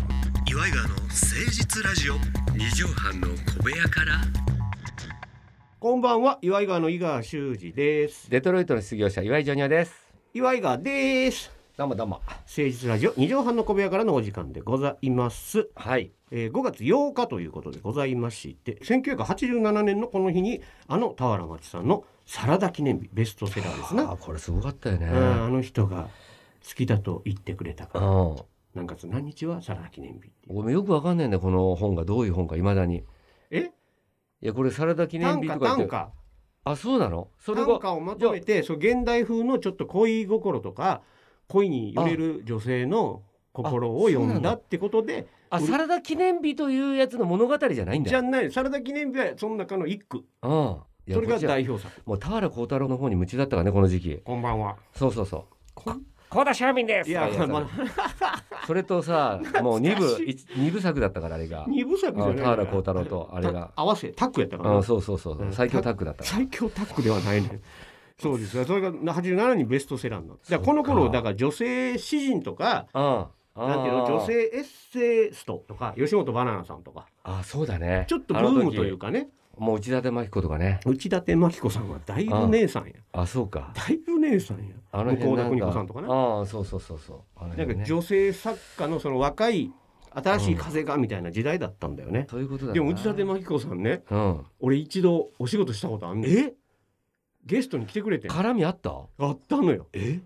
イガーの誠実ラジオ二畳半の小部屋からこんばんは、岩井川の井川修司です。デトロイトの失業者岩井ジョニオです岩井川です。どうもどうも誠実ラジオ二畳半の小部屋からのお時間でございます。はいえー、5月8日ということでございまして、1987年のこの日にあの俵町さんのサラダ記念日ベストセラーですな。あこれすごかったよねうんあの人が好きだと言ってくれたから。うん何月何日はサラダ記念日っていう。俺もよくわかんないんだよこの本がどういう本かいまだにえ、いやこれサラダ記念短日歌とかっ短て歌あそうなのそれ短が歌をまとめて、そう現代風のちょっと恋心とか恋に揺れる女性の心をあ読そうなんんだだってことで、あサラダ記念日というやつの物語じゃないんだじゃよないサラダ記念日はその中の一句、うんいやそれこがっちは代表作。もう田原幸太郎の方に夢中だったからねこの時期こんばんは。そうそうそうこん幸田庶民ですいやとか言うまやだつそれとさもう二部一二部作だったからあれが二部作じゃなういんか田ら原幸太郎とあれがた合わせタッグやったからう、なんそうそうそうそううん最強タッグだった最強タッグではない ね。そうですよそれが87にベストセラーになった。だからこのそ頃うかだから女性詩人とか。うんあなんていうの女性エッセイストとか吉本バナナさんとかあそうだねちょっとブームというかかねもう内館真紀子とかね内館真紀子さんはだいぶ姉さんやあそうかだいぶ姉さんやあの向辺田なん邦か子さんとかねああそうそうそうそうあのなん辺かね女性作家のその若い新しい風がみたいな時代だったんだよね、そういうことだなでも内館真紀子さんねうん俺一度お仕事したことあんのえゲストに来てくれてん絡みあったあったのよえ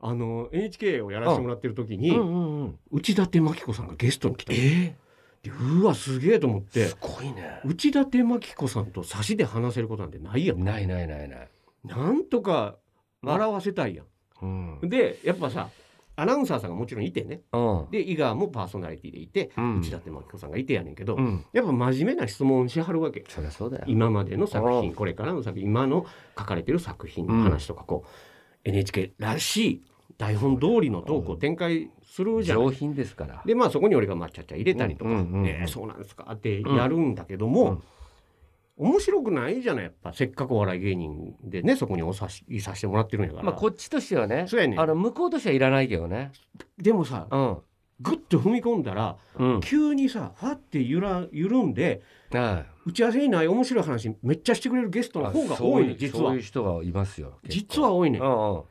あの NHK をやらせてもらってる時に、うんうんうん内館真紀子さんがゲストに来たのえでうわすげえと思ってすごいね内館真紀子さんと差しで話せることなんてないやんないないないないなんとか笑わせたいやん、うんでやっぱさアナウンサーさんがもちろんいてねうんで伊賀もパーソナリティでいて、うん内館真紀子さんがいてやねんけど、うんやっぱ真面目な質問しはるわけそりゃそうだよ今までの作う品んこれからの作品今の書かれてる作品の話とかこう、NHK らしい台本通りのトークを展開するじゃない、上品ですからでまあそこに俺がまあちゃちゃ入れたりとか「うんうんうんえーそうなんですか」ってやるんだけども、面白くないじゃないやっぱせっかくお笑い芸人でねそこにおさしいさせてもらってるんやから、まあこっちとしてはねそうやねんあの向こうとしてはいらないけどねでもさうんグッと踏み込んだらうん急にさファってゆら緩んではい打ち合わせにない面白い話めっちゃしてくれるゲストの方が多いあそうのう実そうはいう人がいますよ結構実は多いねうんうん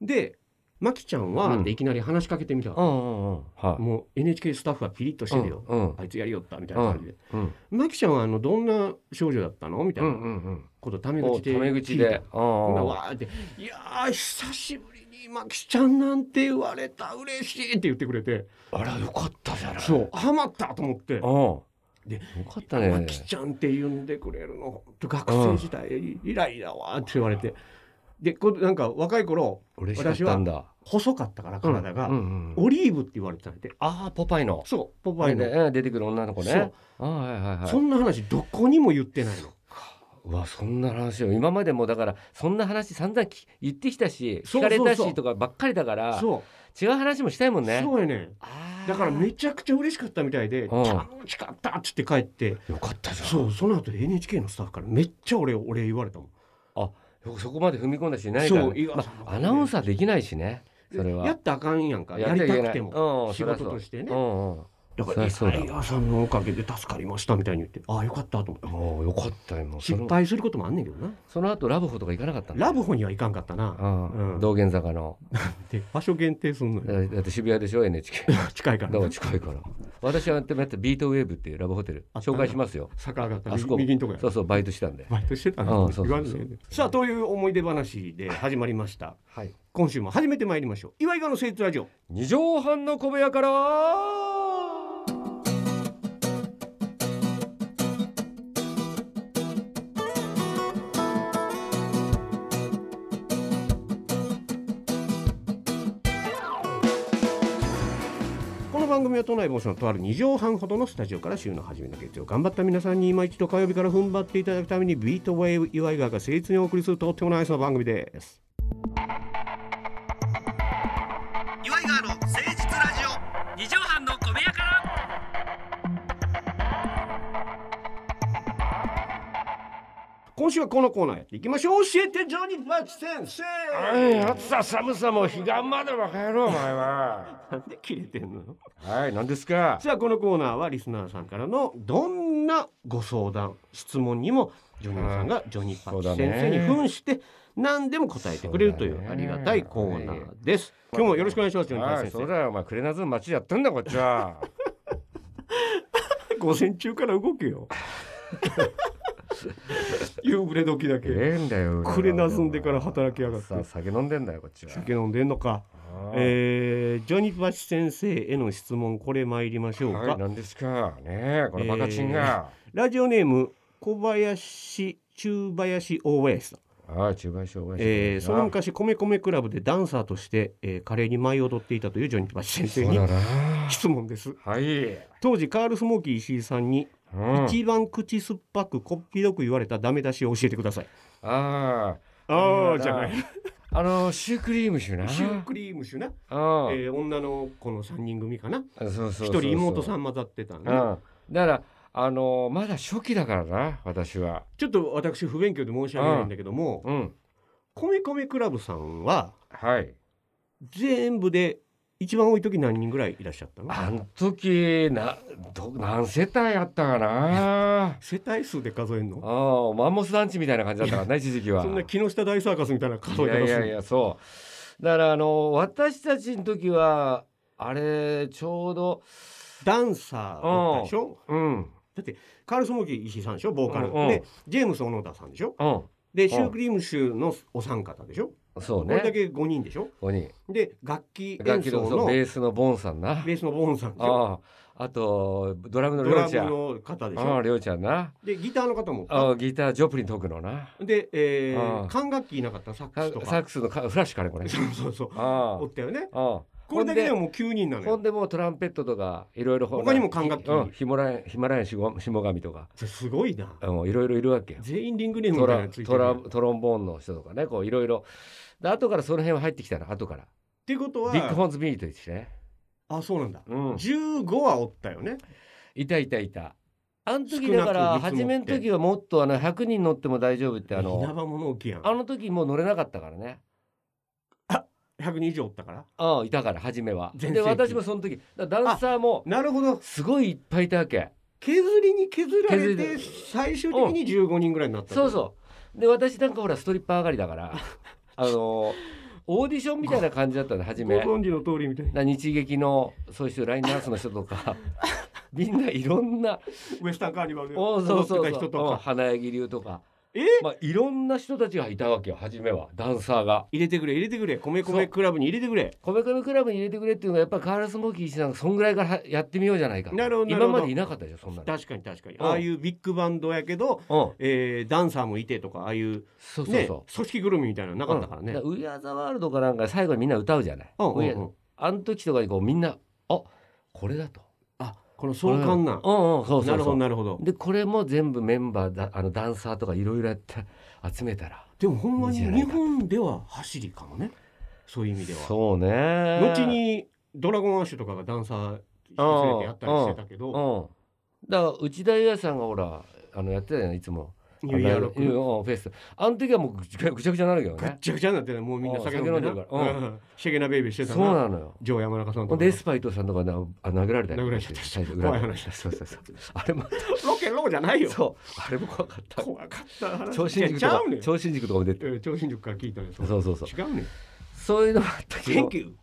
で「マキちゃんは?」うんっていきなり話しかけてみたうら、んうんうんはいもう NHK スタッフはピリッとしてるよ、うんうんあいつやりよったみたいな感じでうん「マキちゃんはあのどんな少女だったの?」みたういんなうんことをタうメんお口でタメ口聞いでたうんほんうなんらうんわーって「いやー久しぶりにマキちゃんなんて言われた嬉しい」って言ってくれてあらよかったじゃないそうハマったと思ってうんでよかったマねキちゃんって呼んでくれるの本当学生時代以来だわ」って言われてでこうなんか若い頃嬉しかったんだ細かったから体が、うんうんうんオリーブって言われてたんやてああポパイのそうポパイの、ねうん出てくる女の子そうねあーはいはいはいそんな話どこにも言ってないのうわそんな話を今までもだからそんな話散々き言ってきたし聞そうかれたそうそうしとかばっかりだからそ違う話もしたいもうんねそうやねんあーだからめちゃくちゃ嬉しかったみたいでうん楽しかったっつって帰ってよかったじゃんそうその後で NHK のスタッフからめっちゃ俺俺言われたもんよそこまで踏み込んだしないからそう井川まさんのあアナウンサーできないしねそれはやったらあかんやんかややっちゃりいけなたいくてもうん仕事としてうねんうんだかそりらゃそうだ井川さんのおかげで助かりましたみたいに言ってああよかったと思ってもうよかったよもうその失敗することもあんねんけどなその後ラブホとか行かなかったのラブホにはいかんかったなうんうん道玄坂ので場所限定すんのだよだって渋谷でしょ NHK 近いかだらから近いから私はやってもやったビートウェーブっていうラブホテルあった紹介しますよ坂上がったあそこ右右のとこやそうそうバイトしてたんでバイトしてたうのんそう言そわうんそうねえさあという思い出話で始まりましたはい今週も始めてまいりましょう岩井川の誠実ラジオ二畳半の小部屋からこの番組は都内某所のとある2畳半ほどのスタジオから週の初めの月曜頑張った皆さんに今一度火曜日から踏ん張っていただくためにビートウェイブ岩井川が誠実にお送りするとってもナイスな番組です岩井川の誠実ラジオ二畳半の小部屋から今今週はこのコーナーやっていきましょう教えてジョニーマッチ先生はい、暑さ寒さも彼岸までは帰ろうお前 は。なんで切れてんのはい、何ですか。さあこのコーナーはリスナーさんからのどんなご相談質問にもジョニーさんがジョニーパッチ先生に扮して何でも答えてくれるといそうだうねありがたいコーナーです、今日もよろしくお願いしますジョニーパッはチい、そ先うだよ、お前、くれなず街やってんだ、こっちは。生午前中から動けよ夕暮れ時だけええんだよ。くれなずんでから働きやがってさあ、酒飲んでんだよ、こっちは。酒飲んでんのかああえー、ジョニーパッチ先生への質問これ参りましょうか、はい、何ですか。ねえ、このバカチンが。ラジオネーム小林中林大林さん、はい、中盤小林。えー、その昔米米クラブでダンサーとして、えー、華麗に舞い踊っていたというジョニーパッチ先生そうにだな。質問ですはい。当時カール・スモーキー石井さんにうん。一番口酸っぱくこっぴどく言われたダメ出しを教えてくださいああああじゃないあ。あの、シュークリーム酒な。シュークリーム酒な、ああ。えー、女の子の3人組かなそうそうそう一そう人妹さん混ざってたんで、うん、だからあのーまだ初期だからな私はちょっと私不勉強で申し訳ないんだけどもうん米米クラブさんははい全部で一番多い時何人ぐらいいらっしゃったのあの時など何世帯やったかな世帯数で数えるあのーマンモス団地みたいな感じだったからね一時期はそんな木下大サーカスみたいない数えや方いすやるいやそうだからあの私たちの時はあれちょうどダンサーだったでしょうんカール・スモーキー石井さんでしょボーカル、うんうんでジェームス・小野田さんでしょうんでシュークリーム州のお三方でしょ、そうこれだねけ5人でしょここにで楽器楽演器奏のそのうベベースのボンさんなースのボーンさんでしょあああとドラムのドりょラうちゃムんの方でしああょりょうちゃんなでギターの方もあギタージョプリン解くのなで、えーうん管楽器いなかったサックサスとサッかクスのかフラッシュかねこれそうそうそうあおったよねあああこれだけでももう9人なのほんよでもうトランペットとかいろいろほら他にも管楽器うんヒマラヤヒマラヤシゴシモガミとかすごいなあのいろいろいるわけよ全員リングネートムみたいなラのついてトるラトロンボーンの人とかねこういろいろで後からその辺は入ってきたの後からっていうことはビッグホーンズミートしてねあそうなんだ、うん15はおったよねいたいたいたあの時少なだくから見積初もってめの時はもっとあの100人乗っても大丈夫ってあ稲の葉物置やんあの時もう乗れなかったからね100人以上おったからああいたから初めは全で盛期私もその時だからダンサーもなるほどすごいいっぱいいたわけ削りに削られ削てり最終的に15人ぐらいになったそうそうで私なんかほらストリッパー上がりだから あのオーディションみたいな感じだったの初ごめ存知の通りみたいなな日劇のそういうラインナースの人とかみんないろんなウエスタンカーニバルでお踊そうってそうたそう人とうんか花柳流とか、えまあ、いろんな人たちがいたわけよ初めはダンサーが。入れてくれ入れてくれ米米クラブに入れてくれ米米クラブに入れてくれっていうのはやっぱカールスモーキー一なんかそんぐらいからやってみようじゃないかなるほどなる今ほまどでいなかったでしょそんなの。確かに確かにうんああいうビッグバンドやけど、うん、えーダンサーもいてとかああいうそうそうねそ組織ぐるみみたいなのなう。かったからね、うんウィアーザワールドかなんか最後にみんな歌うじゃない。うんうんうん We Are- あの時とかにこうみんな「あこれだ」と。あこの相関な、うんうんそうそうそうなるほどなるほどでこれも全部メンバーだあのダンサーとかいろいろやって集めたらでもほんまにいいじゃない日か本では走りかもねそういう意味ではそうね後後にドラゴンアッシュとかがダンサー連れてやったりしてたけどうんだから内田裕也さんがほらあのやってたよねいつもニューイヤーロッあのクうんフェスあの時はもうぐちゃぐちゃぐちゃになるけどガッねチャガチャになってねもうみんな酒飲んでうん酒飲んでるるかかららうシェゲナベイビーしてたそうなのよジョー山中さんほとんかでエスパイトさんとかなあ殴られたり殴られちゃった最初裏で怖い話そうそうそうあれもロケローじゃないよそうあれも怖かった怖かった話超新塾ちとゃかうねん超新塾とかも出てうん超新塾から聞いたねそうそうそう違うねんそういうのがあったけど Thank you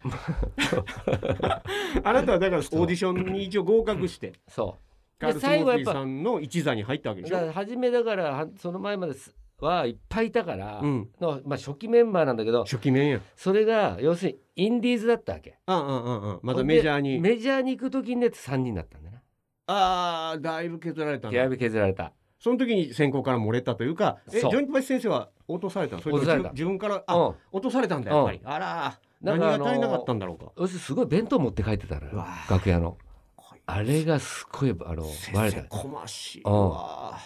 あなたはだからオーディションに一応合格してそうカール・スモ最後ーやっキーぱさんの一座に入ったわけでしだかょら初めだからはその前まですはいっぱいいたから、うんのまあ、初期メンバーなんだけど初期面やそれが要するにインディーズだったわけうんうんうんうんまだメジャーにメジャーに行く時にね3人だったんだよなああだいぶ削られた手なび削られたその時に選考から漏れたというかえジそうョニーパチ先生は落とされたのそれと落もとされた自分からうあん落とされたんだやっぱりあらーなん何かが足りなかったんだろうか要するにすごい弁当持って帰ってたのうよわー楽屋のこいあれがすごいあのバレ先生たこましいうんわ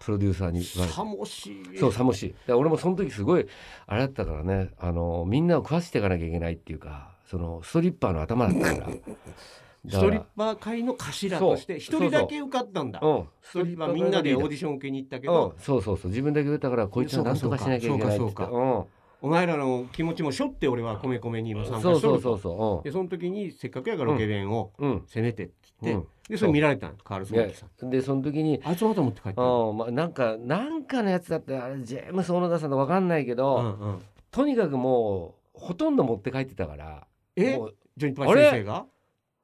プロデューサーにバレさたもしいそう寂しいだから俺もその時すごいあれだったからねあのみんなを食わしていかなきゃいけないっていうかそのストリッパーの頭だったから スだかトらリッパー界の頭として一人だけ受かったんだうんストリッパーみんなでオーディション受けに行ったけうんど、そうそうそう自分だけ出たからこいつはなんとかしなきゃいけないっつそうっかてそうかうんお前らの気持ちも背負って俺は米米に今参加しとそるうとそうそうそでその時にせっかくやからロケ弁をううん攻めてってう言って、んでそれ見られたんカール・ソンキさんうんでその時にあいつまた持って帰ったのうんまあなんかなんかのやつだってあれジェームス小野田さんだわかんないけうどんうんとにかくもうほとんど持って帰ってたからえもうジョニー・パイ先生が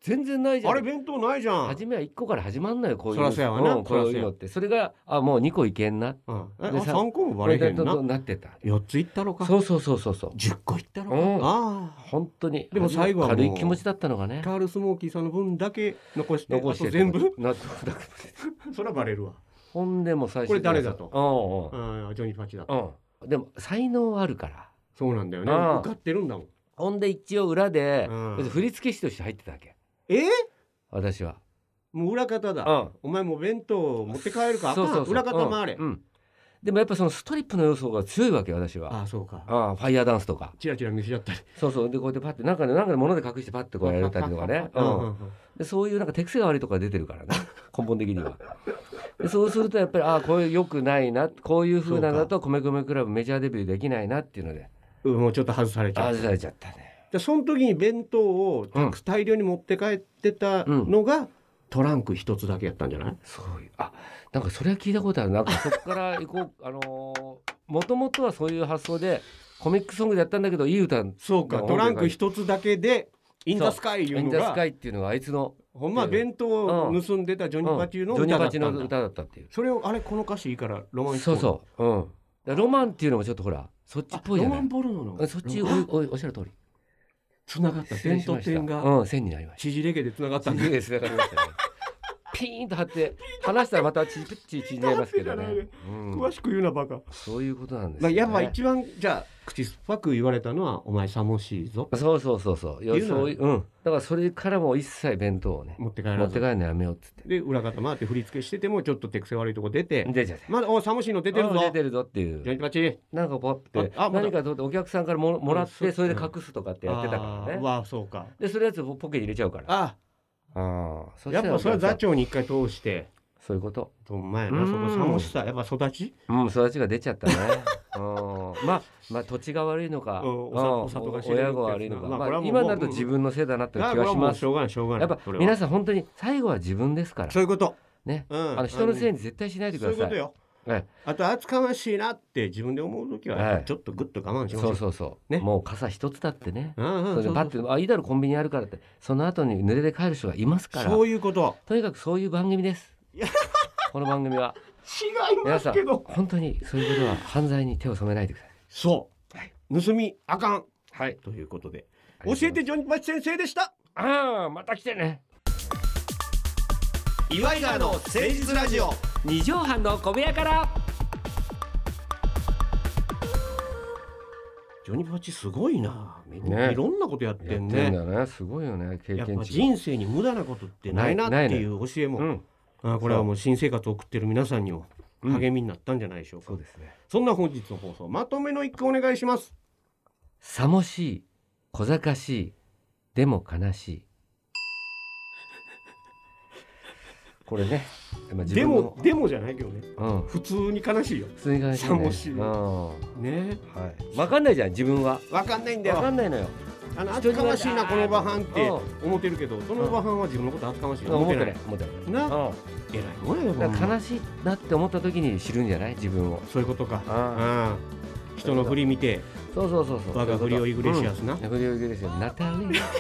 全然ないじゃんあれ弁当ないじゃん初めは1個から始まんのよこういうそらのそうやわなうんこういうのってそれがあもう2個いけんなうんえあでさ3個もバレへんこれだとななってた4ついったろかそうそうそうそうそう10個いったろか、うんああ本当にでも最後はもう軽い気持ちだったのがねカール・スモーキーさんの分だけ残して残してあと全部 なそうだからそれはバレるわ、ほんでもう最初これ誰だとううん、ジョニー・パチだんうんうんでも才能はあるからそうなんだよねああ受かってるんだもんほんで一応裏でうん振付師として入ってたわけえー私はもう裏方だ、うんお前もう弁当持って帰るかそうそうそう裏方回れ、うんうんでもやっぱそのストリップの要素が強いわけよ私あはあそうかうんファイヤーダンスとかチラチラ見せちゃったりそうそうでこうやってパッてなんかねなんかね物で隠してパッてこうやられたりとかね ううんんうんうんでそういうなんか手癖が悪いとか出てるからね根本的にはでそうするとやっぱりああこういう良くないなこういう風なのだと米米クラブメジャーデビューできないなっていうのでうんもうちょっと外されちゃう外されちゃったねでその時に弁当をたく大量に持って帰ってたのが、トランク一つだけやったんじゃないそういうあなんかそれは聞いたことあるなんかそこから行こうあのもともとはそういう発想でコミックソングでやったんだけどいい歌「そうかうんトランク一つだけでインダスカイいイうンのザスカがイ」っていうのはあいつの、ほんまは弁当を盗んでたジョうんニー・パチューのジョニ歌ーパチだったんのだ、歌だったっていうそれをあれこの歌詞いいからロマンそううそううんだからロマンっていうのもちょっとほらそっちっぽいじロゃマなンいポルノのうんそっちおおおっしゃる通りつながった失礼点しとました点がうん線になりました縮れ毛でつながったんだ縮れですね。わかりましたねピーンと張って離したらまたちちち縮れますけどねピーンと張って。うん詳しく言うなバカそういうことなんですまよあ、ね。やっぱ一番じゃあ口酸っぱく言われたのは「お前寂しいぞそうそうそうそう。っよていうのはそういううん。だからそれからもう一切弁当をね」持って帰持らってず帰るのやめようっつって。で裏方回って振り付けしててもちょっと手癖悪いとこ出て出ちゃって「まだお寂しいの出てるあ出ぞてるぞっていジョニうーパチ」なんかパッてああまだ何か取ってお客さんからももらっうんてそれで隠すとかってやってたからあーねわあそうかでそれやつをポケに入れちゃうからあああやっぱそれは座長長に一回通してそういうことほんまやなうんそこ寂しさやっぱ育ちうん、育ちが出ちゃったね。 うん、まあ、まあ、土地が悪いのか、うんおさお里が知れるってやつな親が悪いのか、まあまこれはあ、もう今になると自分のせいだなって気だからがこれはしもうましす。ょうがないしょうがなやいっぱこれは皆さん本当に最後は自分ですからそういうこと、ね、うん、あの人のせいに絶対しないでくそうだいうこさとい。よはいあと厚かましいなって自分で思う時ははいやっぱちょっとグッと我慢しましそょううそうそう、ねもう傘一つだってね。うんうんそれでそうバッてあいいだろコンビニあるからってその後に濡れて帰る人がいますからそういうこととにかくそういう番組ですいやこの番組は違い皆さん本当にそういうことは犯罪に手を染めないでくだそう、盗みあかんさいはいということでありがとうご教ざいえてジョニーパチ先生でしたああまた来てね岩井川の誠実ラジオ二畳半の小部屋からジョニーパチすごいな、ねいろんなことやってやってんんねだねすごいよね経やっ験ぱ値人生に無駄なことってないなっないていう教えも、うんあこれはもう新生活を送ってる皆さんにもうん励みになったんじゃないでしょうか、そうですねそんな本日の放送まとめの一句お願いしますさもしい小賢しいでも悲しいこれねまあ自で分のもでもじゃないけどねうん普通に悲しいよ普通に悲しいねさもしいうんはねいわかんないじゃん自分はわかんないんだわかよんないのよあの人厚にかはましいなこのバハンってう思ってるけどそのバハンは自分のこと厚かましいと思っ思っててなないい思ってないなうん偉いもんやよだからほんま悲しいなって思った時に知るんじゃない自分をそういうことかあうん人の振り見てそうそうそうそう我が振りをイグレシアスなフリオギですよ。ナタリ ー。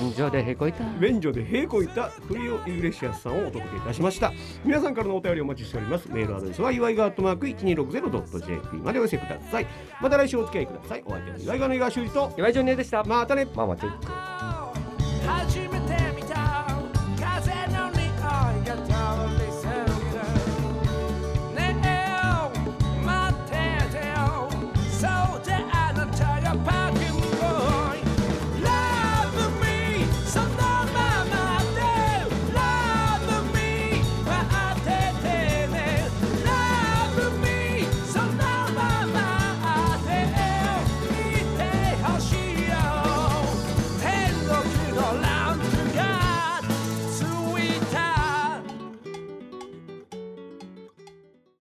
便所でへこいた。便所で平行いたフリオイグレシアスさんをお届けいたしました皆さんからのお便りをお待ちしておりますメールアドレスは祝いがアットマーク 1260.jp までお寄せくださいまた来週お付き合いくださいお相手は祝いがの井川修司と岩井ジョニーでした。またねママチェック。始め